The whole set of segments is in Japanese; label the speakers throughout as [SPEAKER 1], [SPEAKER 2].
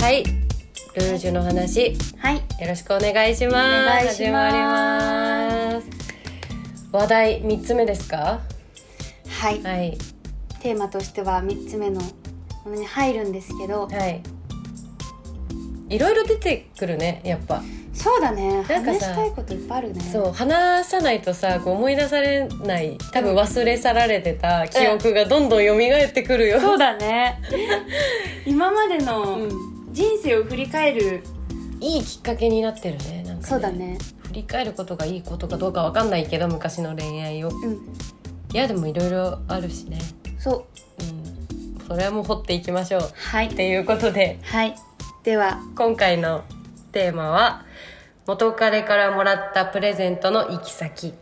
[SPEAKER 1] はい、ルージュの話、
[SPEAKER 2] はい
[SPEAKER 1] よろしくお願いします。
[SPEAKER 2] お願いします
[SPEAKER 1] 始まります。話題三つ目ですか。
[SPEAKER 2] はい
[SPEAKER 1] はい、
[SPEAKER 2] テーマとしては3つ目のものに入るんですけど
[SPEAKER 1] はい。いろいろ出てくるね、やっぱ。
[SPEAKER 2] そうだ
[SPEAKER 1] な
[SPEAKER 2] ね
[SPEAKER 1] んか
[SPEAKER 2] 話
[SPEAKER 1] さ
[SPEAKER 2] したいこといっぱいあるね
[SPEAKER 1] そう、話さないとさ、こう思い出されない、多分忘れ去られてた記憶がどんどん蘇ってくるよ。
[SPEAKER 2] そうだね 今までの
[SPEAKER 1] う
[SPEAKER 2] 人生を振り返る
[SPEAKER 1] んいいきっかけになってるね。なんか
[SPEAKER 2] そうだ。ね
[SPEAKER 1] 振り返ることがいいことかどうかわかんないけど、昔の恋愛を。
[SPEAKER 2] うん
[SPEAKER 1] いや、でもいろいろあるしね。
[SPEAKER 2] そう
[SPEAKER 1] うん。それはもう掘っていきましょう。
[SPEAKER 2] はい
[SPEAKER 1] っていうことで。
[SPEAKER 2] はいでは
[SPEAKER 1] 今回のテーマは元彼からもらったプレゼントの行き先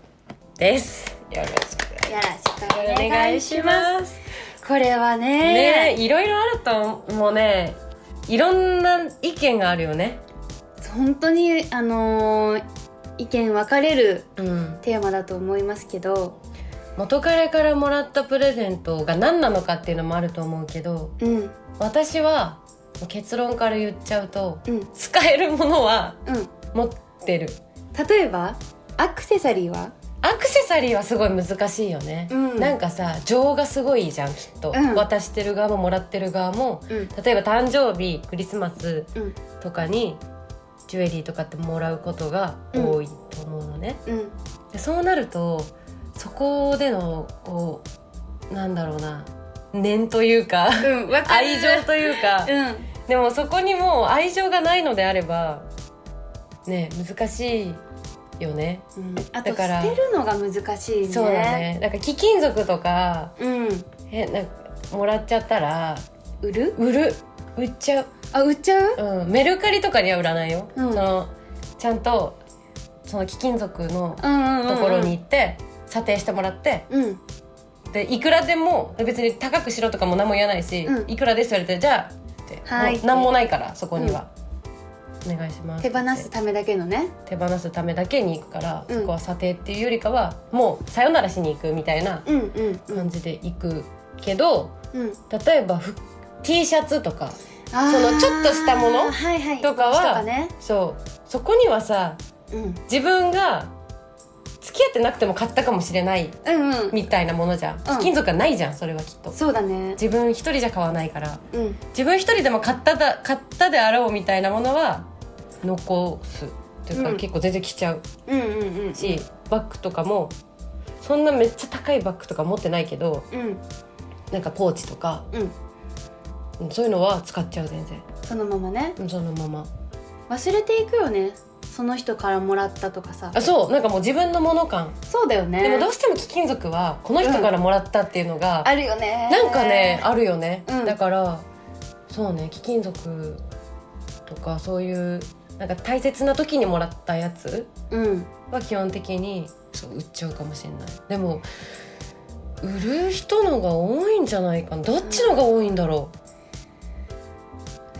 [SPEAKER 1] ですよろしく
[SPEAKER 2] よろしく
[SPEAKER 1] お
[SPEAKER 2] お願
[SPEAKER 1] 願
[SPEAKER 2] い
[SPEAKER 1] い
[SPEAKER 2] し
[SPEAKER 1] し
[SPEAKER 2] ます
[SPEAKER 1] ます
[SPEAKER 2] これはね
[SPEAKER 1] ねえいろいろあるともうねいろんな意見があるよね
[SPEAKER 2] 本当にあのー意見分かれる
[SPEAKER 1] うん
[SPEAKER 2] テーマだと思いますけど
[SPEAKER 1] 元彼からもらったプレゼントが何なのかっていうのもあると思うけど
[SPEAKER 2] うんうん
[SPEAKER 1] 私は結論から言っちゃうと
[SPEAKER 2] うん
[SPEAKER 1] 使えるものは持ってる
[SPEAKER 2] 例えばアクセサリーは
[SPEAKER 1] アクセサリーはすごい難しいよね、
[SPEAKER 2] うん
[SPEAKER 1] なんかさ情がすごいじゃんきっと、
[SPEAKER 2] うん
[SPEAKER 1] 渡してる側ももらってる側も
[SPEAKER 2] うん
[SPEAKER 1] 例えば誕生日クリスマス
[SPEAKER 2] うん
[SPEAKER 1] とかにジュエリーとかってもらうことが多いと思うのね、
[SPEAKER 2] うん
[SPEAKER 1] でそうなるとそこでのこうなんだろうな念という か
[SPEAKER 2] うんわかる
[SPEAKER 1] 愛情というか、
[SPEAKER 2] うん
[SPEAKER 1] でもそこにもう愛情がないのであればね難しいよね
[SPEAKER 2] うんあと
[SPEAKER 1] だから
[SPEAKER 2] 捨てるのが難しいね
[SPEAKER 1] そうだねなんか貴金属とか
[SPEAKER 2] うん
[SPEAKER 1] えなんかもらっちゃったら
[SPEAKER 2] 売る
[SPEAKER 1] 売る売っちゃう、
[SPEAKER 2] あ売っちゃう
[SPEAKER 1] うん、メルカリとかには売らないよ、
[SPEAKER 2] うん
[SPEAKER 1] そのちゃんとその貴金属の
[SPEAKER 2] うんうんうんう
[SPEAKER 1] と
[SPEAKER 2] ん
[SPEAKER 1] ころに行って、査定してもらって
[SPEAKER 2] うん
[SPEAKER 1] でいくらでも別に高くしろとかも何も言わないし、
[SPEAKER 2] うん
[SPEAKER 1] いくらですって言われてじゃあって、
[SPEAKER 2] はい
[SPEAKER 1] もう何もないからそこには、お願いします
[SPEAKER 2] 手放すためだけのね
[SPEAKER 1] 手放すためだけに行くから、
[SPEAKER 2] うん
[SPEAKER 1] そこは査定っていうよりかはもうさよならしに行くみたいな
[SPEAKER 2] うんうんう
[SPEAKER 1] 感
[SPEAKER 2] ん
[SPEAKER 1] じで行くけど、
[SPEAKER 2] うん
[SPEAKER 1] 例えばふ T シャツとか
[SPEAKER 2] あー
[SPEAKER 1] そのちょっとしたもの
[SPEAKER 2] はいはい
[SPEAKER 1] とかは
[SPEAKER 2] 帽子とかね
[SPEAKER 1] そうそこにはさ
[SPEAKER 2] うん
[SPEAKER 1] 自分が付き合ってなくても買ったかもしれない
[SPEAKER 2] うんうん
[SPEAKER 1] みたいなものじゃん、貴金属がないじゃんそれはきっと
[SPEAKER 2] そうだね
[SPEAKER 1] 自分一人じゃ買わないから
[SPEAKER 2] うん
[SPEAKER 1] 自分一人でも買っただ買ったであろうみたいなものは残すというか、
[SPEAKER 2] うん
[SPEAKER 1] 結構全然着ちゃう
[SPEAKER 2] うんうんうん
[SPEAKER 1] し、バッグとかもそんなめっちゃ高いバッグとか持ってないけど
[SPEAKER 2] うん
[SPEAKER 1] なんかポーチとか
[SPEAKER 2] うん
[SPEAKER 1] うんそういうのは使っちゃう全然
[SPEAKER 2] そのままね
[SPEAKER 1] うんそのまま
[SPEAKER 2] 忘れていくよねその人からもらったとかさ
[SPEAKER 1] あそうなんかもう自分のもの感
[SPEAKER 2] そうだよね
[SPEAKER 1] でもどうしても貴金属はこの人からもらったっていうのが、
[SPEAKER 2] あるよね
[SPEAKER 1] なんかねあるよね、
[SPEAKER 2] うん
[SPEAKER 1] だからそうね貴金属とかそういうなんか大切な時にもらったやつ
[SPEAKER 2] うん
[SPEAKER 1] は基本的にそう売っちゃうかもしれないでも売る人のが多いんじゃないかなどっちのが多いんだろ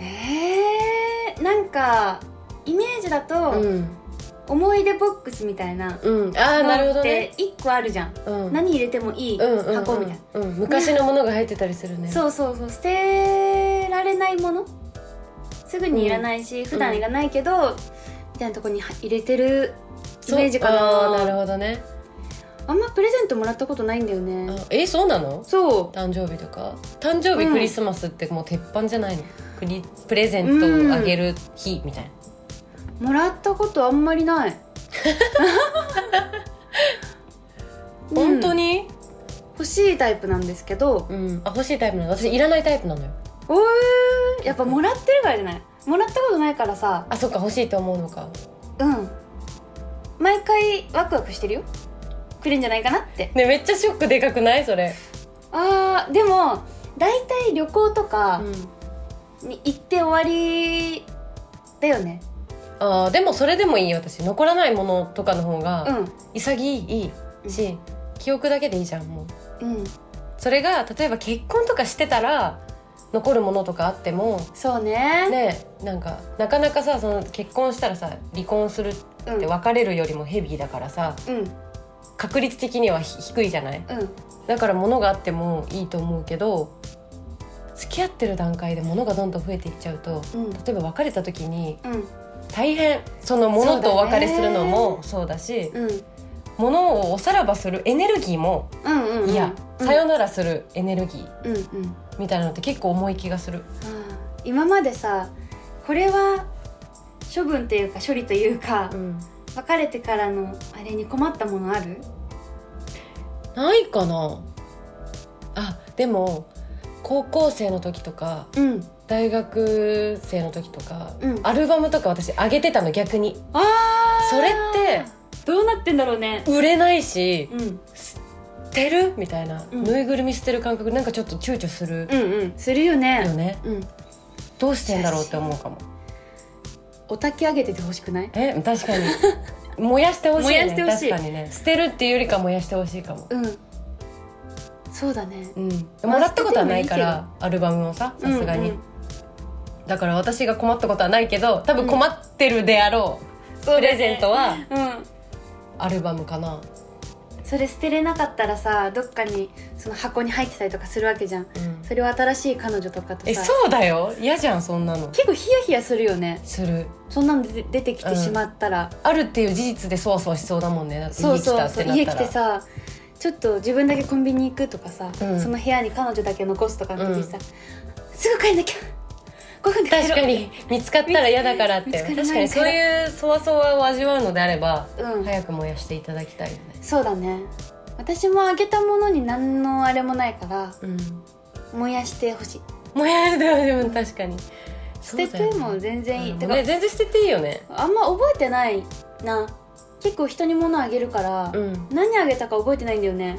[SPEAKER 2] えー、なんかイメージだ
[SPEAKER 1] うう
[SPEAKER 2] と、
[SPEAKER 1] ん、
[SPEAKER 2] 思い出ボックスみたいな
[SPEAKER 1] うん、ああなるほどね、
[SPEAKER 2] 1個あるじゃん、
[SPEAKER 1] うん、
[SPEAKER 2] 何入れてもいい
[SPEAKER 1] うんうんうん
[SPEAKER 2] 箱みたいな、
[SPEAKER 1] うん昔のものが入ってたりするね
[SPEAKER 2] そうそうそう捨てられないものすぐにいらないし、普段いらないけど、みたいなとこに入れてるイメージか
[SPEAKER 1] そうあー
[SPEAKER 2] な
[SPEAKER 1] なるほどね
[SPEAKER 2] あんまプレゼントもらったことないんだよね
[SPEAKER 1] あえそうなの
[SPEAKER 2] そう
[SPEAKER 1] 誕生日とか誕生日
[SPEAKER 2] うん
[SPEAKER 1] クリスマスってもう鉄板じゃないの、クリプレゼントをあげる日みたいな、
[SPEAKER 2] もらったことあんま りない
[SPEAKER 1] 本当
[SPEAKER 2] に
[SPEAKER 1] に、
[SPEAKER 2] 欲しいタイプなんですけど
[SPEAKER 1] うん、あ欲しいタイプなの私いらないタイプなのよ
[SPEAKER 2] おーやっぱもらってるからじゃないもらったことないからさ
[SPEAKER 1] あそっか欲しいと思うのか
[SPEAKER 2] うん毎回ワクワクしてるよ来るんじゃないかなって
[SPEAKER 1] ねめっちゃショックでかくないそれ、
[SPEAKER 2] あーでも大体旅行とか
[SPEAKER 1] うん
[SPEAKER 2] に行って終わりだよね
[SPEAKER 1] あーでもそれでもいいよ私残らないものとかの方
[SPEAKER 2] う
[SPEAKER 1] が
[SPEAKER 2] ん
[SPEAKER 1] 潔いし、記憶だけでいいじゃんもう
[SPEAKER 2] うん
[SPEAKER 1] それが例えば結婚とかしてたら残るものとかあっても
[SPEAKER 2] そうね
[SPEAKER 1] ねなんかなかなかさその結婚したらさ離婚するっ
[SPEAKER 2] うん
[SPEAKER 1] て別れるよりもヘビーだからさ、
[SPEAKER 2] うん
[SPEAKER 1] 確率的にはひ低いじゃない
[SPEAKER 2] うん
[SPEAKER 1] だから物があってもいいと思うけど付き合ってる段階で物がどんどん増えていっちゃうと
[SPEAKER 2] うん
[SPEAKER 1] 例えば別れた時に
[SPEAKER 2] うん
[SPEAKER 1] 大変その物とお別れするのもそうだし
[SPEAKER 2] うん
[SPEAKER 1] 物をおさらばするエネルギーも
[SPEAKER 2] うんうん
[SPEAKER 1] いや、さよならするエネルギー
[SPEAKER 2] うんうん
[SPEAKER 1] みたいなのって結構重い気がする。
[SPEAKER 2] あー今までさこれは処分というか処理というか
[SPEAKER 1] ん、
[SPEAKER 2] 別れてからのあれに困ったものある
[SPEAKER 1] ないかなあでも高校生の時とか
[SPEAKER 2] うん
[SPEAKER 1] 大学生の時とか、
[SPEAKER 2] うん
[SPEAKER 1] アルバムとか私上げてたの逆に
[SPEAKER 2] あー
[SPEAKER 1] それって
[SPEAKER 2] どうなってんだろうね
[SPEAKER 1] 売れないし
[SPEAKER 2] うんうん
[SPEAKER 1] 捨てるみたいな、
[SPEAKER 2] うん
[SPEAKER 1] ぬいぐるみ捨てる感覚なんかちょっと躊躇する
[SPEAKER 2] うんするよ
[SPEAKER 1] よ
[SPEAKER 2] ね
[SPEAKER 1] ね、
[SPEAKER 2] うん
[SPEAKER 1] どうしてんだろうって思うかも
[SPEAKER 2] お焚き上げててほしくない
[SPEAKER 1] え確 かに燃やしてほしい,、ね、
[SPEAKER 2] 燃やしてほしい
[SPEAKER 1] 確かにね捨てるっていうよりか燃やしてほしいかも
[SPEAKER 2] うんそうだね
[SPEAKER 1] うん
[SPEAKER 2] まあ
[SPEAKER 1] もらったことはないから、
[SPEAKER 2] 捨てても
[SPEAKER 1] アルバムをささすがに、
[SPEAKER 2] うん
[SPEAKER 1] だから私が困ったことはないけど多分困ってるであろう、プレゼントは
[SPEAKER 2] うんうん
[SPEAKER 1] アルバムかな、
[SPEAKER 2] それ捨てれなかったらさどっかにその箱に入ってたりとかするわけじゃんそれを新しい彼女とかと
[SPEAKER 1] え
[SPEAKER 2] さ
[SPEAKER 1] そうだよ嫌じゃんそんなの
[SPEAKER 2] 結構ヒヤヒヤするよね
[SPEAKER 1] する
[SPEAKER 2] そんなの出て出てきてしまったら、
[SPEAKER 1] あるっていう事実でそわそわしそうだもんね
[SPEAKER 2] そうそ
[SPEAKER 1] 家
[SPEAKER 2] う
[SPEAKER 1] 来た
[SPEAKER 2] そう
[SPEAKER 1] って
[SPEAKER 2] 家
[SPEAKER 1] な
[SPEAKER 2] 来
[SPEAKER 1] った
[SPEAKER 2] て
[SPEAKER 1] ら
[SPEAKER 2] さちょっと自分だけコンビニ行くとかさ、
[SPEAKER 1] うん
[SPEAKER 2] その部屋に彼女だけ残すとかの時にさ、すぐ帰んなきゃ5分で帰ろう
[SPEAKER 1] 確かに見つかったら嫌だからって
[SPEAKER 2] 見つか
[SPEAKER 1] 確
[SPEAKER 2] らない
[SPEAKER 1] かにそういうそわそわを味わうのであれば
[SPEAKER 2] うん、
[SPEAKER 1] 早く燃やしていただきたいよね
[SPEAKER 2] そうだね私もあげたものに何のあれもないから
[SPEAKER 1] うん
[SPEAKER 2] 燃やしてほしい
[SPEAKER 1] 燃やしてでも確かに
[SPEAKER 2] 捨てても全然いい、
[SPEAKER 1] いい
[SPEAKER 2] て
[SPEAKER 1] ね全然捨てていいよね
[SPEAKER 2] かあんま覚えてないな結構人に物あげるから、
[SPEAKER 1] うん
[SPEAKER 2] 何あげたか覚えてないんだよね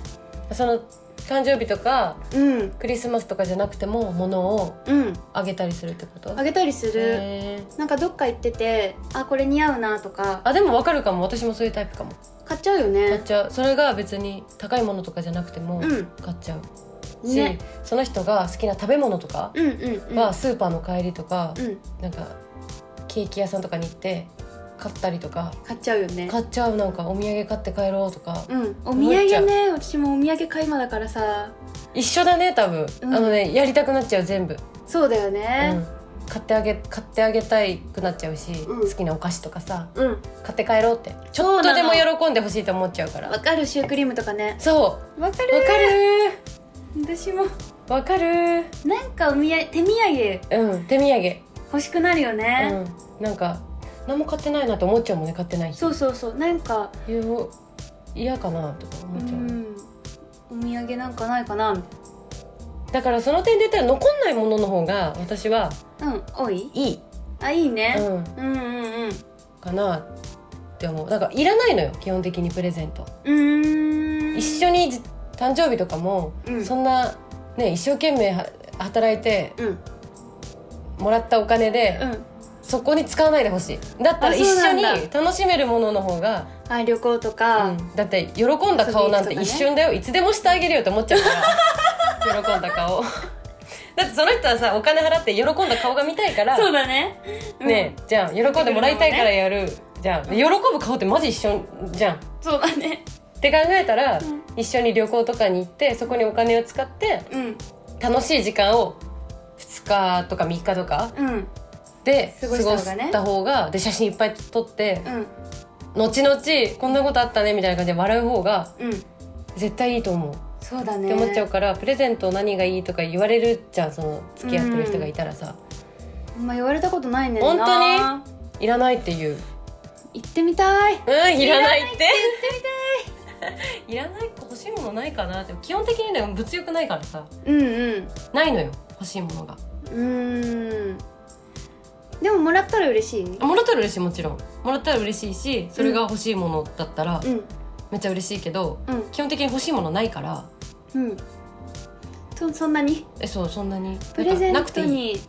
[SPEAKER 1] その誕生日とか
[SPEAKER 2] うん
[SPEAKER 1] クリスマスとかじゃなくても物を
[SPEAKER 2] うん
[SPEAKER 1] あげたりするってこと
[SPEAKER 2] あげたりする
[SPEAKER 1] へー
[SPEAKER 2] なんかどっか行っててあこれ似合うなとか
[SPEAKER 1] あでも分かるかも私もそういうタイプかも
[SPEAKER 2] 買っちゃうよ
[SPEAKER 1] 買っ
[SPEAKER 2] ね
[SPEAKER 1] ちゃうそれが別に高いものとかじゃなくても
[SPEAKER 2] うん
[SPEAKER 1] 買っちゃうし、
[SPEAKER 2] ね
[SPEAKER 1] その人が好きな食べ物とか
[SPEAKER 2] うんうんうん
[SPEAKER 1] はスーパーの帰りとか、
[SPEAKER 2] うん
[SPEAKER 1] なんかケーキ屋さんとかに行って買ったりとか
[SPEAKER 2] 買っちゃうよね
[SPEAKER 1] 買っちゃうなんかお土産買って帰ろうとか、
[SPEAKER 2] うんお
[SPEAKER 1] 思
[SPEAKER 2] 土
[SPEAKER 1] っちゃ
[SPEAKER 2] 産
[SPEAKER 1] う
[SPEAKER 2] ね私もお土産買いまだからさ
[SPEAKER 1] 一緒だね多分、
[SPEAKER 2] うん
[SPEAKER 1] あのねやりたくなっちゃう全部、
[SPEAKER 2] そうだよ
[SPEAKER 1] う
[SPEAKER 2] ね
[SPEAKER 1] ん買ってあげ買ってあげたいくなっちゃうし、
[SPEAKER 2] う
[SPEAKER 1] 好
[SPEAKER 2] ん
[SPEAKER 1] きなお菓子とかさ
[SPEAKER 2] うん
[SPEAKER 1] 買って帰ろうってち
[SPEAKER 2] そ
[SPEAKER 1] ょ
[SPEAKER 2] う
[SPEAKER 1] っと
[SPEAKER 2] な
[SPEAKER 1] で
[SPEAKER 2] の
[SPEAKER 1] も喜んでほしいと思っちゃうから
[SPEAKER 2] わかるシュークリームとかね
[SPEAKER 1] そ
[SPEAKER 2] わか
[SPEAKER 1] うわかる
[SPEAKER 2] 私も
[SPEAKER 1] ーわかるー
[SPEAKER 2] なんかお土産手土産
[SPEAKER 1] うん手土産
[SPEAKER 2] 欲しくなるよね、
[SPEAKER 1] うん、なんか何も買ってないなと思っちゃうもんね買ってない
[SPEAKER 2] そうそうそうなんか
[SPEAKER 1] いう嫌かなとか
[SPEAKER 2] う
[SPEAKER 1] 思っちゃう、
[SPEAKER 2] んお土産なんかないかなみ
[SPEAKER 1] だからその点で言ったら残んないものの方が私は
[SPEAKER 2] たいなうん多い
[SPEAKER 1] いい、
[SPEAKER 2] あいいね、
[SPEAKER 1] うん、
[SPEAKER 2] うんうんうんう
[SPEAKER 1] かなって思うだからいらないのよ基本的にプレゼント、
[SPEAKER 2] ーん
[SPEAKER 1] 一緒にじ誕生日とかも、
[SPEAKER 2] うん
[SPEAKER 1] そんなね一生懸命は働いて
[SPEAKER 2] うんうん
[SPEAKER 1] もらったお金で、そこに使わないでほしいだったら
[SPEAKER 2] あ
[SPEAKER 1] 一
[SPEAKER 2] そうな
[SPEAKER 1] 緒
[SPEAKER 2] ん
[SPEAKER 1] に
[SPEAKER 2] だ
[SPEAKER 1] 楽しめるものの方が
[SPEAKER 2] あ旅行とか、
[SPEAKER 1] うんだって喜んだ顔なんて一瞬だよ、いつでもしてあげるよって思っちゃうから 喜んだ顔だってその人はさお金払って喜んだ顔が見たいから
[SPEAKER 2] そうだね、うん
[SPEAKER 1] ねじゃん喜んでもらいたいからやるじゃんで喜ぶ顔ってマジ一緒じゃんっ
[SPEAKER 2] そうだね
[SPEAKER 1] て考えたら、
[SPEAKER 2] ん
[SPEAKER 1] 一緒に旅行とかに行ってそこにお金を使って
[SPEAKER 2] うん
[SPEAKER 1] 楽しい時間を2日とか3日とか
[SPEAKER 2] うん
[SPEAKER 1] で
[SPEAKER 2] 過
[SPEAKER 1] 過
[SPEAKER 2] ご
[SPEAKER 1] ご
[SPEAKER 2] した方がね
[SPEAKER 1] した方がで写真いっぱい撮って
[SPEAKER 2] うん
[SPEAKER 1] 後々こんなことあったねみたいな感じで笑う方が
[SPEAKER 2] うん
[SPEAKER 1] 絶対いいと思う。
[SPEAKER 2] そうだね
[SPEAKER 1] って思っちゃうから、プレゼント何がいいとか言われるじゃんその付き合ってる人がいたらさ、
[SPEAKER 2] あんま言われたことないねん
[SPEAKER 1] 本
[SPEAKER 2] な
[SPEAKER 1] 当にいらないって言う
[SPEAKER 2] 行ってみたい
[SPEAKER 1] うんいらないって
[SPEAKER 2] 行
[SPEAKER 1] いらない欲しいものないかなって基本的にね物欲ないからさ
[SPEAKER 2] ってみたいうん
[SPEAKER 1] ないのよ欲しいものが
[SPEAKER 2] うんうーんでももらったら嬉しい
[SPEAKER 1] もらったら嬉しいもちろんもらったら嬉しいしそれが欲しいものだったら
[SPEAKER 2] うん
[SPEAKER 1] めっちゃ嬉しいけど、
[SPEAKER 2] うん
[SPEAKER 1] 基本的に欲しいものないから
[SPEAKER 2] うんそそんなに
[SPEAKER 1] えそうそんなに
[SPEAKER 2] プレゼ
[SPEAKER 1] な
[SPEAKER 2] ン
[SPEAKER 1] んかなくて
[SPEAKER 2] ト
[SPEAKER 1] いい
[SPEAKER 2] に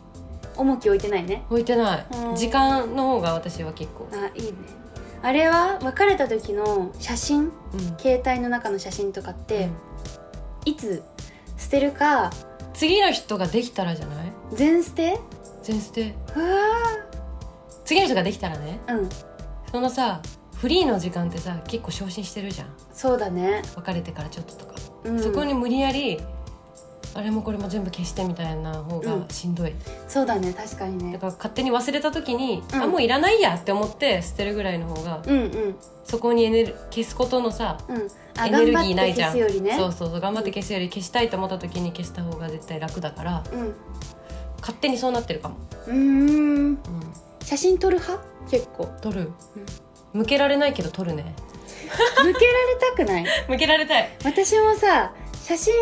[SPEAKER 2] 重き置いてないね
[SPEAKER 1] 置いてない
[SPEAKER 2] うん
[SPEAKER 1] 時間の方が私は結構、
[SPEAKER 2] あいいねあれは別れた時の写真
[SPEAKER 1] うん
[SPEAKER 2] 携帯の中の写真とかって、
[SPEAKER 1] うん
[SPEAKER 2] いつ捨てるか
[SPEAKER 1] 次の人ができたらじゃない
[SPEAKER 2] 全捨て
[SPEAKER 1] 全捨て
[SPEAKER 2] うわ
[SPEAKER 1] 次の人ができたらね
[SPEAKER 2] ーうん
[SPEAKER 1] そのさフリーの時間ってさ結構昇進してるじゃん
[SPEAKER 2] そうだね、
[SPEAKER 1] 別れてからちょっととか、
[SPEAKER 2] うん、
[SPEAKER 1] そこに無理やりあれもこれも全部消してみたいな方がしんどい、
[SPEAKER 2] そうだね確かに
[SPEAKER 1] だ
[SPEAKER 2] ね
[SPEAKER 1] から勝手に忘れた時に、
[SPEAKER 2] うん
[SPEAKER 1] あもういらないやって思って捨てるぐらいの方が
[SPEAKER 2] うんうん
[SPEAKER 1] そこにエネル消すことのさ、
[SPEAKER 2] うんあ
[SPEAKER 1] エネルギ
[SPEAKER 2] 頑
[SPEAKER 1] ー
[SPEAKER 2] 張っ
[SPEAKER 1] な
[SPEAKER 2] て
[SPEAKER 1] いじ
[SPEAKER 2] 消
[SPEAKER 1] ゃん
[SPEAKER 2] すよりね
[SPEAKER 1] そうそうそう頑張って消すより消したいと思った時に消した方が絶対楽だから
[SPEAKER 2] うん
[SPEAKER 1] 勝手にそうなってるかも、
[SPEAKER 2] うーん
[SPEAKER 1] うん、
[SPEAKER 2] 写真撮る派結 構
[SPEAKER 1] 取る、向けられないけど取るね
[SPEAKER 2] 抜けられたくない
[SPEAKER 1] 向けられたい
[SPEAKER 2] 私もさ写真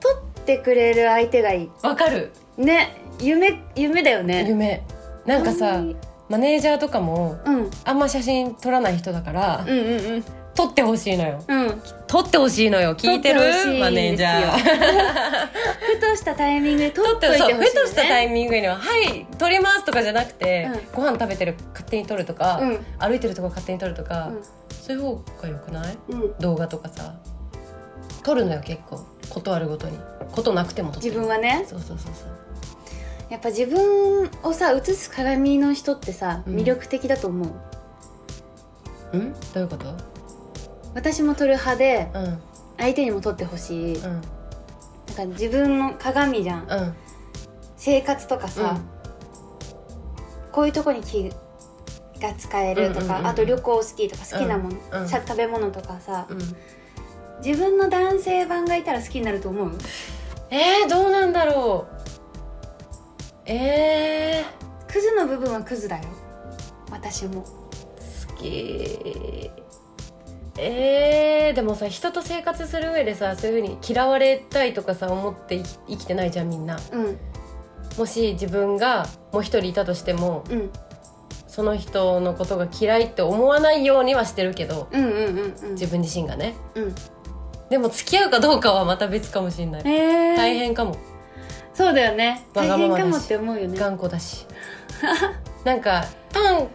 [SPEAKER 2] 撮ってくれる相手がいい
[SPEAKER 1] わかる
[SPEAKER 2] ね夢夢だよね
[SPEAKER 1] 夢なんか
[SPEAKER 2] あ
[SPEAKER 1] さ
[SPEAKER 2] んまり
[SPEAKER 1] マネージャーとかも
[SPEAKER 2] うん
[SPEAKER 1] あんま写真撮らない人だから、
[SPEAKER 2] うんうんうん
[SPEAKER 1] 撮ってほしいのよ
[SPEAKER 2] うん
[SPEAKER 1] 撮ってほしいのよ聞いてる
[SPEAKER 2] 撮ってほしいですよ
[SPEAKER 1] マネージャー
[SPEAKER 2] ふとしたタイミング で撮
[SPEAKER 1] 撮
[SPEAKER 2] っ
[SPEAKER 1] っ
[SPEAKER 2] と
[SPEAKER 1] て
[SPEAKER 2] いて
[SPEAKER 1] そ
[SPEAKER 2] ほしい
[SPEAKER 1] う
[SPEAKER 2] よ
[SPEAKER 1] ふ
[SPEAKER 2] ね
[SPEAKER 1] としたタイミングには「はい撮ります」とかじゃなくて、
[SPEAKER 2] うん
[SPEAKER 1] ご飯食べてる勝手に撮るとか、
[SPEAKER 2] うん
[SPEAKER 1] 歩いてるとこ勝手に撮るとか、
[SPEAKER 2] うん
[SPEAKER 1] そういう方がよくない
[SPEAKER 2] うん
[SPEAKER 1] 動画とかさ撮るのよ結構ことあるごとにことなくても撮って
[SPEAKER 2] 自
[SPEAKER 1] る
[SPEAKER 2] 分はね
[SPEAKER 1] そうそうそうそう
[SPEAKER 2] やっぱ自分をさ映す鏡の人ってさ
[SPEAKER 1] うん
[SPEAKER 2] 魅力的だと思う、
[SPEAKER 1] うんどういうこと
[SPEAKER 2] 私も撮る派で
[SPEAKER 1] うんうん
[SPEAKER 2] 相手にも撮ってほしい、
[SPEAKER 1] うん
[SPEAKER 2] なんか自分の鏡じゃん、
[SPEAKER 1] うん
[SPEAKER 2] 生活とかさ、こういうとこに気が使えるとか、
[SPEAKER 1] うんうんうん
[SPEAKER 2] あと旅行好きとか好きなもの、
[SPEAKER 1] うんうん
[SPEAKER 2] さ食べ物とかさ
[SPEAKER 1] うん
[SPEAKER 2] 自分の男性版がいたら好きになると思う
[SPEAKER 1] えー、どうなんだろうえ
[SPEAKER 2] クズの部分はクズだよ私も
[SPEAKER 1] ー、好きえー、でもさ人と生活する上でさそういうふうに嫌われたいとかさ思って生き生きてないじゃんみんな
[SPEAKER 2] うん
[SPEAKER 1] もし自分がもう一人いたとしても
[SPEAKER 2] うん
[SPEAKER 1] その人のことが嫌いって思わないようにはしてるけど
[SPEAKER 2] うんうんうんうん
[SPEAKER 1] 自分自身がね
[SPEAKER 2] うん
[SPEAKER 1] でも付き合うかどうかはまた別かもしれない
[SPEAKER 2] えー、
[SPEAKER 1] 大変かも
[SPEAKER 2] そうだよね
[SPEAKER 1] わ
[SPEAKER 2] 大
[SPEAKER 1] がま
[SPEAKER 2] 変
[SPEAKER 1] まだし
[SPEAKER 2] かもって思うよね
[SPEAKER 1] 頑固だしなんか短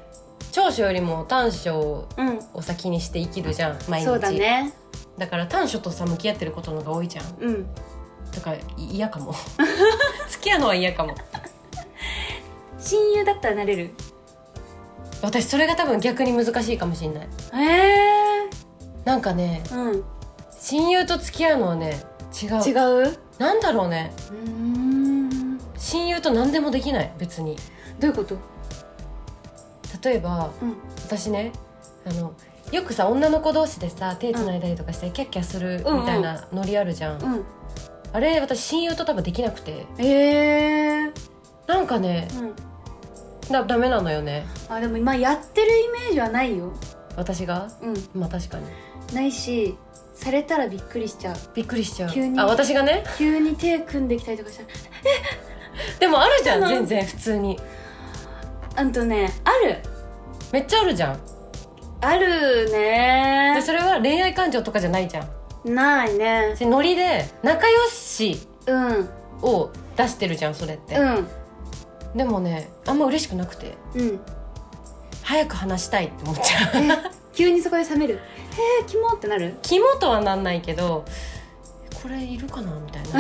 [SPEAKER 1] 長所よりも短所
[SPEAKER 2] うん
[SPEAKER 1] を先にして生きるじゃん毎日
[SPEAKER 2] そうだね
[SPEAKER 1] だから短所とさ向き合ってることのが多いじゃん
[SPEAKER 2] うん
[SPEAKER 1] だからい嫌かも 付き合うのは嫌かも
[SPEAKER 2] 親友だったらなれる
[SPEAKER 1] 私それが多分逆に難しいかもしれない
[SPEAKER 2] ええ
[SPEAKER 1] なんかね
[SPEAKER 2] うん
[SPEAKER 1] 親友と付き合うのはね違う
[SPEAKER 2] 違う
[SPEAKER 1] なんだろうね
[SPEAKER 2] うーんど
[SPEAKER 1] 親友と何でもできない別に
[SPEAKER 2] ういうこと
[SPEAKER 1] 例えば
[SPEAKER 2] うん
[SPEAKER 1] 私ねあのよくさ女の子同士でさ手つないだりとかしてキャッキャするみたいなノリあるじゃん、
[SPEAKER 2] うん
[SPEAKER 1] あれ私親友と多分できなくて
[SPEAKER 2] ええ
[SPEAKER 1] なんかね
[SPEAKER 2] うん
[SPEAKER 1] だダメなのよね
[SPEAKER 2] あでも今やってるイメージはないよ
[SPEAKER 1] 私が
[SPEAKER 2] うん
[SPEAKER 1] まあ確かに
[SPEAKER 2] ないしされたらびっくりし ちゃう
[SPEAKER 1] びっくりしちゃう
[SPEAKER 2] 急に
[SPEAKER 1] あ私がね
[SPEAKER 2] 急に手組んできたりとかしたら
[SPEAKER 1] でもあるじゃん
[SPEAKER 2] そうな
[SPEAKER 1] 全
[SPEAKER 2] の
[SPEAKER 1] 然普通に
[SPEAKER 2] あんとねある
[SPEAKER 1] めっちゃあるじゃん
[SPEAKER 2] あ
[SPEAKER 1] で
[SPEAKER 2] るね
[SPEAKER 1] それは恋愛感情とかじゃないじゃん
[SPEAKER 2] ないね
[SPEAKER 1] でノリで仲良し
[SPEAKER 2] うんうん
[SPEAKER 1] を出してるじゃんそれって、でもねあんま嬉しくなくて
[SPEAKER 2] うん
[SPEAKER 1] 早く話したいって思っちゃう
[SPEAKER 2] 急にそこで冷める「へえキモ」ってなる
[SPEAKER 1] キモとはなんないけどこれいるかなみたい な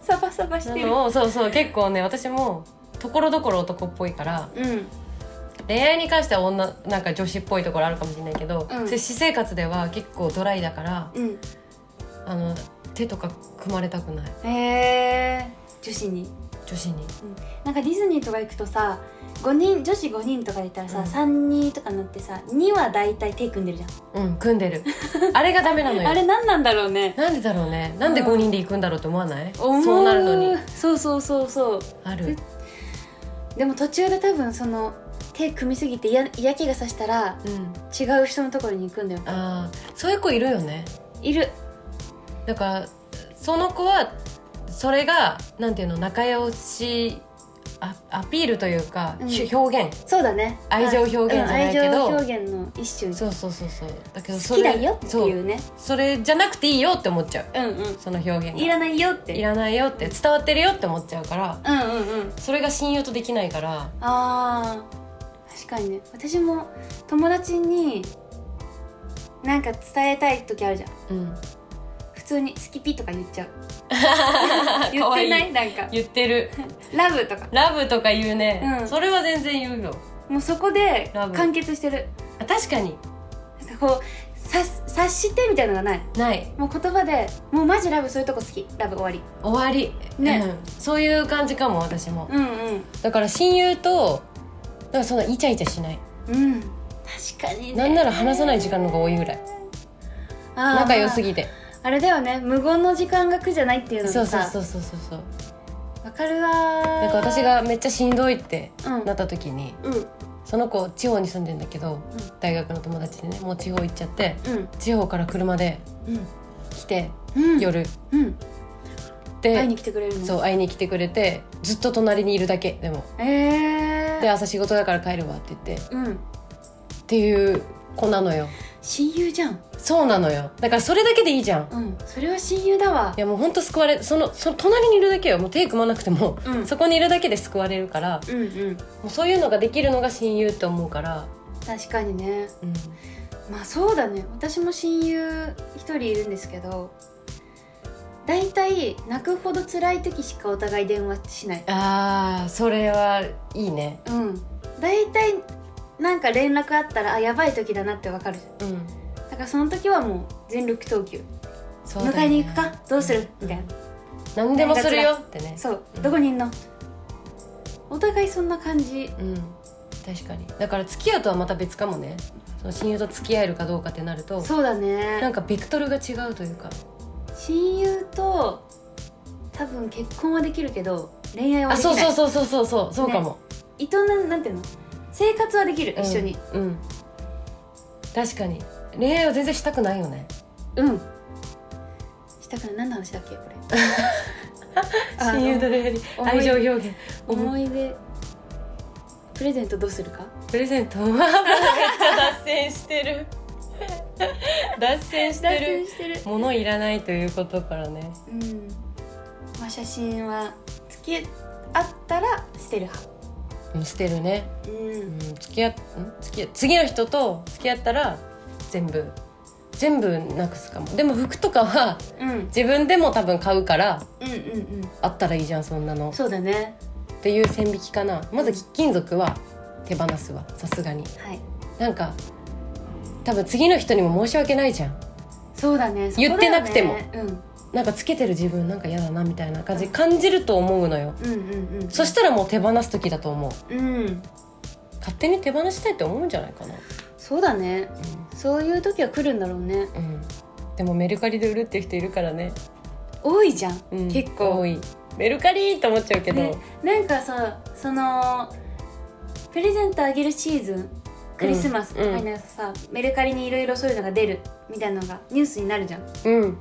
[SPEAKER 2] サバサバし
[SPEAKER 1] な
[SPEAKER 2] てる
[SPEAKER 1] のをそうそう結構ね私もところどころ男っぽいから
[SPEAKER 2] うん
[SPEAKER 1] 恋愛に関しては女なんか女子っぽいところあるかもしれないけど、
[SPEAKER 2] うん
[SPEAKER 1] そういう私生活では結構ドライだから
[SPEAKER 2] うん
[SPEAKER 1] あの手とか組まれたくない
[SPEAKER 2] へえ女子に
[SPEAKER 1] 女子に
[SPEAKER 2] なんかディズニーとか行くとさ5人女子5人とかでいたらさ、
[SPEAKER 1] うん
[SPEAKER 2] 3人とかになってさ2は大体手組んでるじゃん
[SPEAKER 1] うん組んで るあれがダメなのよ
[SPEAKER 2] あれ何なんだろうね
[SPEAKER 1] なんでだろうねなんで
[SPEAKER 2] うん
[SPEAKER 1] 5人で行くんだろうって思わない、
[SPEAKER 2] 思
[SPEAKER 1] そうなるのに
[SPEAKER 2] そうそうそうそう
[SPEAKER 1] ある
[SPEAKER 2] でも途中で多分その手組みすぎて嫌嫌気がさしたら
[SPEAKER 1] うん
[SPEAKER 2] 違う人のところに行くんだよ
[SPEAKER 1] ああそういう子いるよね
[SPEAKER 2] いる
[SPEAKER 1] だからその子はそれがなんていうの仲良しアアピールというか、
[SPEAKER 2] うん
[SPEAKER 1] し表現
[SPEAKER 2] そうだね
[SPEAKER 1] 愛情表現じゃないけど
[SPEAKER 2] うん愛情表現の一種
[SPEAKER 1] そうそうそうそうだけどそ
[SPEAKER 2] 好き
[SPEAKER 1] れ
[SPEAKER 2] だよってい
[SPEAKER 1] そう
[SPEAKER 2] うね
[SPEAKER 1] それじゃなくていいよって思っちゃう
[SPEAKER 2] うんうん
[SPEAKER 1] その表現が
[SPEAKER 2] いらないよって
[SPEAKER 1] いらないよって伝わってるよって思っちゃうから
[SPEAKER 2] うんうんうん
[SPEAKER 1] それが親友とできないから
[SPEAKER 2] あー確かにね私も友達になんか伝えたい時あるじゃん
[SPEAKER 1] うん
[SPEAKER 2] 普通に「好きピ」とか言っ ちゃう言
[SPEAKER 1] 可
[SPEAKER 2] っ
[SPEAKER 1] 愛
[SPEAKER 2] てないなんか
[SPEAKER 1] 言ってる
[SPEAKER 2] 「ラブ」とか
[SPEAKER 1] ラブとか言うね、
[SPEAKER 2] うん
[SPEAKER 1] それは全然言うよ
[SPEAKER 2] もうそこで
[SPEAKER 1] ラブ
[SPEAKER 2] 完結してる
[SPEAKER 1] ああ確かに
[SPEAKER 2] なんかこう察察してみたいのがない
[SPEAKER 1] ない
[SPEAKER 2] もう言葉でもうマジラブそういうとこ好きラブ終わり
[SPEAKER 1] 終わり、
[SPEAKER 2] ね
[SPEAKER 1] うんそういう感じかも私も
[SPEAKER 2] うん
[SPEAKER 1] だから親友となんかそんなイチャイチャしない
[SPEAKER 2] うんうん確かにね
[SPEAKER 1] なんなら話さない時間の方が多いぐらい
[SPEAKER 2] あー
[SPEAKER 1] 仲良す
[SPEAKER 2] ま
[SPEAKER 1] ぎて
[SPEAKER 2] あ、あれだよね無言の時間が苦じゃないっていうの
[SPEAKER 1] そう
[SPEAKER 2] が
[SPEAKER 1] そう
[SPEAKER 2] さ
[SPEAKER 1] そうそうそうそう
[SPEAKER 2] わかるわー
[SPEAKER 1] なんか私がめっちゃしんどいって
[SPEAKER 2] うん
[SPEAKER 1] なった時に
[SPEAKER 2] うん
[SPEAKER 1] その子地方に住んでんだけど、
[SPEAKER 2] ん
[SPEAKER 1] 大学の友達でねもう地方行っちゃって
[SPEAKER 2] うん
[SPEAKER 1] 地方から車で来て、
[SPEAKER 2] うん
[SPEAKER 1] 夜
[SPEAKER 2] うん
[SPEAKER 1] で
[SPEAKER 2] 会いに来てくれるの
[SPEAKER 1] そう会いに来てくれてずっと隣にいるだけでも
[SPEAKER 2] ええー、
[SPEAKER 1] で朝仕事だから帰るわって言ってっ
[SPEAKER 2] うん
[SPEAKER 1] ていう子なのよ
[SPEAKER 2] 親友じゃん
[SPEAKER 1] そうなのよだからそれだけでいいじゃん
[SPEAKER 2] うんそれは親友だわ
[SPEAKER 1] いやもうほんと救われそのその隣にいるだけよもう手組まなくても、
[SPEAKER 2] うん
[SPEAKER 1] そこにいるだけで救われるから
[SPEAKER 2] うんうん
[SPEAKER 1] もうそういうのができるのが親友って思うから、
[SPEAKER 2] 確かにね
[SPEAKER 1] うん、
[SPEAKER 2] まあそうだね私も親友一人いるんですけどだいたい泣くほど辛い時しかお互い電話しない
[SPEAKER 1] あーそれはいいね
[SPEAKER 2] うんだいたいなんか連絡あったらあやばい時だなってわかるじゃん
[SPEAKER 1] うん
[SPEAKER 2] だからその時はもう全力投球、
[SPEAKER 1] そうだよね
[SPEAKER 2] 迎えに行くかどうするみたいな
[SPEAKER 1] 何でもするよってね
[SPEAKER 2] そう
[SPEAKER 1] うん
[SPEAKER 2] どこにいんのお互いそんな感じ
[SPEAKER 1] うん確かにだから付き合うとはまた別かもねその親友と付き合えるかどうかってなると
[SPEAKER 2] そうだ
[SPEAKER 1] な
[SPEAKER 2] ね
[SPEAKER 1] んかベクトルが違うというか
[SPEAKER 2] 親友と多分結婚はできるけど恋愛は
[SPEAKER 1] あ
[SPEAKER 2] できな
[SPEAKER 1] そ
[SPEAKER 2] いう
[SPEAKER 1] そうそうそうそうそうそうかも、
[SPEAKER 2] 営むなんていうの生活はできる、
[SPEAKER 1] うん
[SPEAKER 2] 一緒に
[SPEAKER 1] うん確かに恋愛は全然したくないよね
[SPEAKER 2] うんしたから何の話だっけこれ あ
[SPEAKER 1] 親友と恋愛に
[SPEAKER 2] 思い
[SPEAKER 1] 愛情表現
[SPEAKER 2] 思い出プレゼントどうするか
[SPEAKER 1] プレゼントは めっちゃ脱線して る脱線してる
[SPEAKER 2] してる
[SPEAKER 1] 物いらないということからね
[SPEAKER 2] うんまあ写真は付き合ったら捨てる派
[SPEAKER 1] うん捨てるね、
[SPEAKER 2] う
[SPEAKER 1] うんん、付き合っん付き合次の人と付き合ったら全部全部なくすかもでも服とかは
[SPEAKER 2] うん
[SPEAKER 1] 自分でも多分買うから
[SPEAKER 2] うんうんうん
[SPEAKER 1] あったらいいじゃんそんなの
[SPEAKER 2] そうだね
[SPEAKER 1] っていう線引きかなまず金属は手放すわさすがに
[SPEAKER 2] はい
[SPEAKER 1] なんか多分次の人にも申し訳ないじゃん
[SPEAKER 2] そうだね
[SPEAKER 1] 言ってなくても
[SPEAKER 2] そこだよね
[SPEAKER 1] なんかつけてる自分なんか嫌だなみたいな感じ感じると思うのよ
[SPEAKER 2] うんうんうんうん
[SPEAKER 1] そしたらもう手放す時だと思う
[SPEAKER 2] うん
[SPEAKER 1] 勝手に手放したいって思うんじゃないかな
[SPEAKER 2] そうだねそういう時は来るんだろうね
[SPEAKER 1] うん、うんでもメルカリで売るっていう人いるからね、
[SPEAKER 2] 多いじゃん、
[SPEAKER 1] うん
[SPEAKER 2] 結構
[SPEAKER 1] 多いメルカリーって思っちゃうけど、
[SPEAKER 2] ねなんかさそのプレゼントあげるシーズンクリスマスとか
[SPEAKER 1] うん
[SPEAKER 2] になんかさ、メルカリにいろいろそういうのが出るみたいなのがニュースになるじゃん
[SPEAKER 1] うん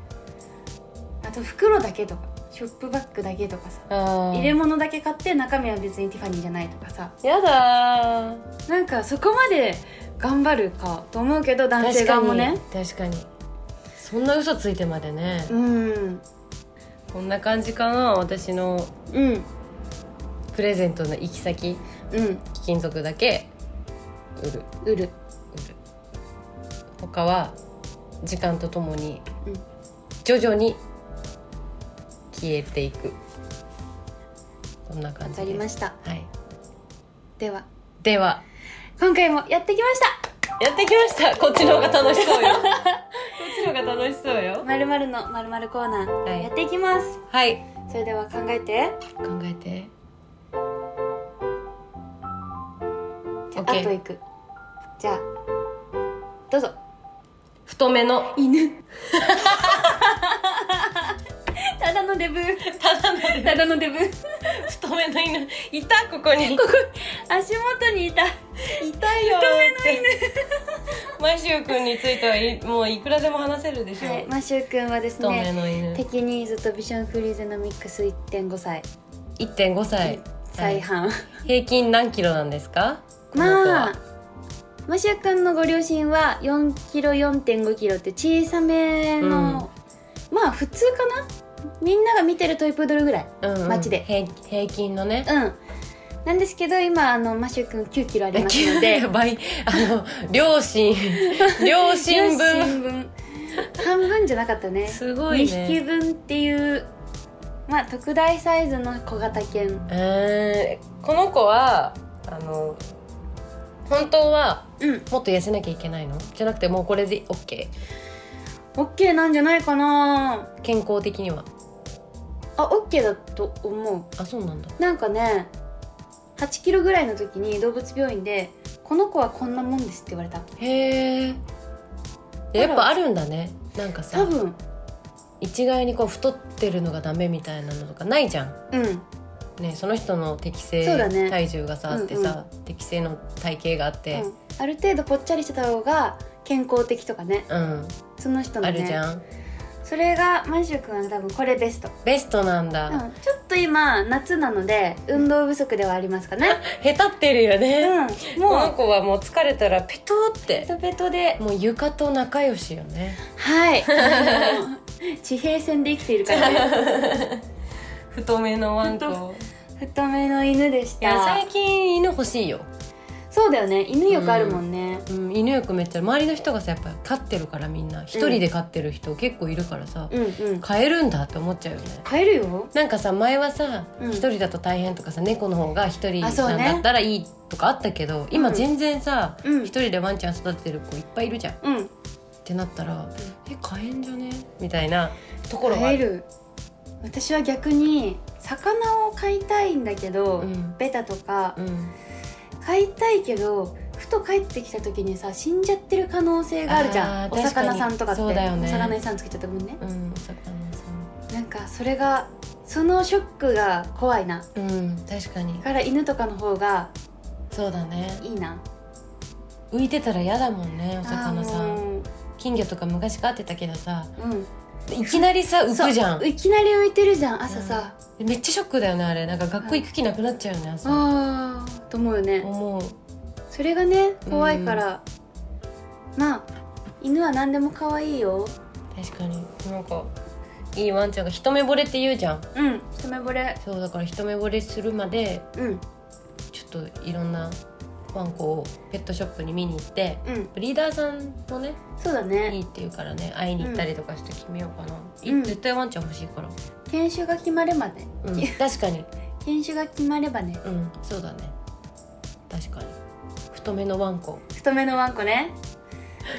[SPEAKER 2] あと袋だけとかショップバッグだけとかさ
[SPEAKER 1] あー
[SPEAKER 2] 入れ物だけ買って中身は別にティファニーじゃないとかさ
[SPEAKER 1] やだー
[SPEAKER 2] なんかそこまで頑張るかと思うけど男性側もね
[SPEAKER 1] 確かに確かにそんな嘘ついてまでね、
[SPEAKER 2] うん
[SPEAKER 1] こんな感じかな私の
[SPEAKER 2] うん
[SPEAKER 1] プレゼントの行き先
[SPEAKER 2] うん
[SPEAKER 1] 貴金属だけ売る
[SPEAKER 2] 売る
[SPEAKER 1] 他は時間とともに
[SPEAKER 2] うん
[SPEAKER 1] 徐々に消えていくこんな感
[SPEAKER 2] わ
[SPEAKER 1] じ
[SPEAKER 2] かりました
[SPEAKER 1] た、はい、
[SPEAKER 2] では
[SPEAKER 1] では
[SPEAKER 2] 今回もやってきました
[SPEAKER 1] やってきましたこっちの方が楽しそうよこっちの方が楽しそうよ
[SPEAKER 2] まるまるのまるまるコーナ
[SPEAKER 1] は
[SPEAKER 2] ー
[SPEAKER 1] い
[SPEAKER 2] やっていきます、
[SPEAKER 1] はい
[SPEAKER 2] それでは考えて
[SPEAKER 1] 考えて
[SPEAKER 2] じゃあ、
[SPEAKER 1] OK
[SPEAKER 2] あといくじゃあどうぞ
[SPEAKER 1] 太めの
[SPEAKER 2] 犬ただの デブ
[SPEAKER 1] ただの
[SPEAKER 2] ただのデブ
[SPEAKER 1] 太めの犬いたここにここ
[SPEAKER 2] 足元にいた
[SPEAKER 1] いたよ太めの犬マシュー君についてはいもういくらでも話せるでしょ、
[SPEAKER 2] はいマシューくんはです
[SPEAKER 1] 太め
[SPEAKER 2] ね
[SPEAKER 1] の犬
[SPEAKER 2] テキニーズとビションフリーゼノミックス1.5歳
[SPEAKER 1] 1.5歳
[SPEAKER 2] 再販、
[SPEAKER 1] 平均何キロなんですか
[SPEAKER 2] まあマシューくんのご両親は4キロ4.5キロって小さめの、まあ普通かなみんなが見てるトイプードルぐらい
[SPEAKER 1] あ、うんうん
[SPEAKER 2] 街で
[SPEAKER 1] 平平均のね
[SPEAKER 2] うんなんですけど今あのマシューくん9キロありますので
[SPEAKER 1] 倍 あの両 親両親分
[SPEAKER 2] 両親分半分じゃなかった ね
[SPEAKER 1] すごいね
[SPEAKER 2] 2匹分っていうまあ特大サイズの小型犬
[SPEAKER 1] えーこの子はあの本当は
[SPEAKER 2] うん
[SPEAKER 1] もっと痩せなきゃいけないのじゃなくてもうこれで OK
[SPEAKER 2] オッケーなんじゃないかな
[SPEAKER 1] 健康的には
[SPEAKER 2] あオッケーだと思う
[SPEAKER 1] あそうなんだ
[SPEAKER 2] なんかね8キロぐらいの時に動物病院で「この子はこんなもんです」って言われた
[SPEAKER 1] へえやっぱあるんだねなんか
[SPEAKER 2] 多
[SPEAKER 1] さ
[SPEAKER 2] 分
[SPEAKER 1] 一概にこう太ってるのがダメみたいなのとかないじゃん
[SPEAKER 2] うん
[SPEAKER 1] ねその人の適正
[SPEAKER 2] そうだね
[SPEAKER 1] 体重がさ、あってさ、適正の体型があって
[SPEAKER 2] うんある程度ぽっちゃりしてた方が健康的とかね
[SPEAKER 1] うん、
[SPEAKER 2] その人のね
[SPEAKER 1] あるじゃん
[SPEAKER 2] それが満州君は多分これベスト、
[SPEAKER 1] ベストなんだ、
[SPEAKER 2] うん、ちょっと今夏なので運動不足ではありますかね
[SPEAKER 1] 下手ってるよね、
[SPEAKER 2] うん
[SPEAKER 1] この
[SPEAKER 2] も
[SPEAKER 1] 子はもう疲れたらペトーっ
[SPEAKER 2] うペ
[SPEAKER 1] て
[SPEAKER 2] トペトで
[SPEAKER 1] もう床と仲良しよね
[SPEAKER 2] はい あの地平線で生きているからね
[SPEAKER 1] 太めのワンコ
[SPEAKER 2] 本太めの犬でし
[SPEAKER 1] いや
[SPEAKER 2] た
[SPEAKER 1] 最近犬欲しいよ、
[SPEAKER 2] そうだよね犬よくあるもんね、
[SPEAKER 1] うん、犬よくめっちゃ周りの人がさやっぱ飼ってるからみんな一人で飼ってる人結構いるからさ、
[SPEAKER 2] うんうん
[SPEAKER 1] 飼えるんだって思っちゃうよね
[SPEAKER 2] 買えるよ
[SPEAKER 1] なんかさ前はさ一、
[SPEAKER 2] うん
[SPEAKER 1] 人だと大変とかさ猫の方が一人な
[SPEAKER 2] あ
[SPEAKER 1] ん
[SPEAKER 2] そうね
[SPEAKER 1] だったらいいとかあったけど、今
[SPEAKER 2] うん
[SPEAKER 1] 全然さ一、
[SPEAKER 2] うん
[SPEAKER 1] 人でワンちゃん育ててる子いっぱいいるじゃんっ
[SPEAKER 2] うん
[SPEAKER 1] てなったら、え飼えんじゃねみたいなところはあ
[SPEAKER 2] 買える私は逆に魚を飼いたいんだけど、
[SPEAKER 1] うん
[SPEAKER 2] ベタとか
[SPEAKER 1] うん、
[SPEAKER 2] 飼いたいけどふと帰ってきた時にさ死んじゃってる可能性があるじゃ
[SPEAKER 1] あ
[SPEAKER 2] ん
[SPEAKER 1] ー
[SPEAKER 2] お魚さんとかって
[SPEAKER 1] 確かにそうだよね
[SPEAKER 2] お魚屋さんつけちゃったもんね
[SPEAKER 1] うん、お魚さん
[SPEAKER 2] なんかそれがそのショックが怖いな
[SPEAKER 1] うん確かに
[SPEAKER 2] だから犬とかの方が
[SPEAKER 1] そうだね
[SPEAKER 2] いいな
[SPEAKER 1] 浮いてたら嫌だもんねお魚さ
[SPEAKER 2] あー
[SPEAKER 1] ん
[SPEAKER 2] もう
[SPEAKER 1] 金魚とか昔飼ってたけどさ
[SPEAKER 2] うん
[SPEAKER 1] いきなりさ浮くじゃん
[SPEAKER 2] そういきなり浮いてるじゃん朝さ、
[SPEAKER 1] めっちゃショックだよねあれなんか学校行く気なくなっちゃうよね朝
[SPEAKER 2] ああと思うよね
[SPEAKER 1] 思う
[SPEAKER 2] それがね怖いから、まあ犬は何でも可愛いよ
[SPEAKER 1] 確かになんかいいワンちゃんが一目惚れって言うじゃん
[SPEAKER 2] うん一目惚れ
[SPEAKER 1] そうだから一目惚れするまで
[SPEAKER 2] うん
[SPEAKER 1] ちょっといろんなワンコをペットショップに見に行って
[SPEAKER 2] うん
[SPEAKER 1] ブリーダーさんのね
[SPEAKER 2] そうだね
[SPEAKER 1] いいっていうからね会いに行ったりとかして決めようかな、い
[SPEAKER 2] うん
[SPEAKER 1] 絶対ワンちゃん欲しいから、
[SPEAKER 2] 犬種が決まるまで、
[SPEAKER 1] うん、確かに
[SPEAKER 2] 犬種が決まればね
[SPEAKER 1] うんそうだね確かに太めのワンコ
[SPEAKER 2] 太めのワンコね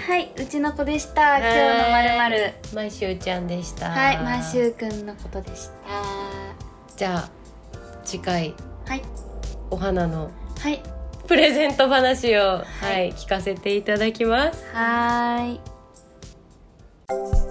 [SPEAKER 2] はいうちの子でした今日のまるまる
[SPEAKER 1] マイシューちゃんでした
[SPEAKER 2] はいマーシューくんのことでした
[SPEAKER 1] じゃあ次回
[SPEAKER 2] はい
[SPEAKER 1] お花の
[SPEAKER 2] はい
[SPEAKER 1] プレゼント話を、はいい聞かせていただきます
[SPEAKER 2] はーい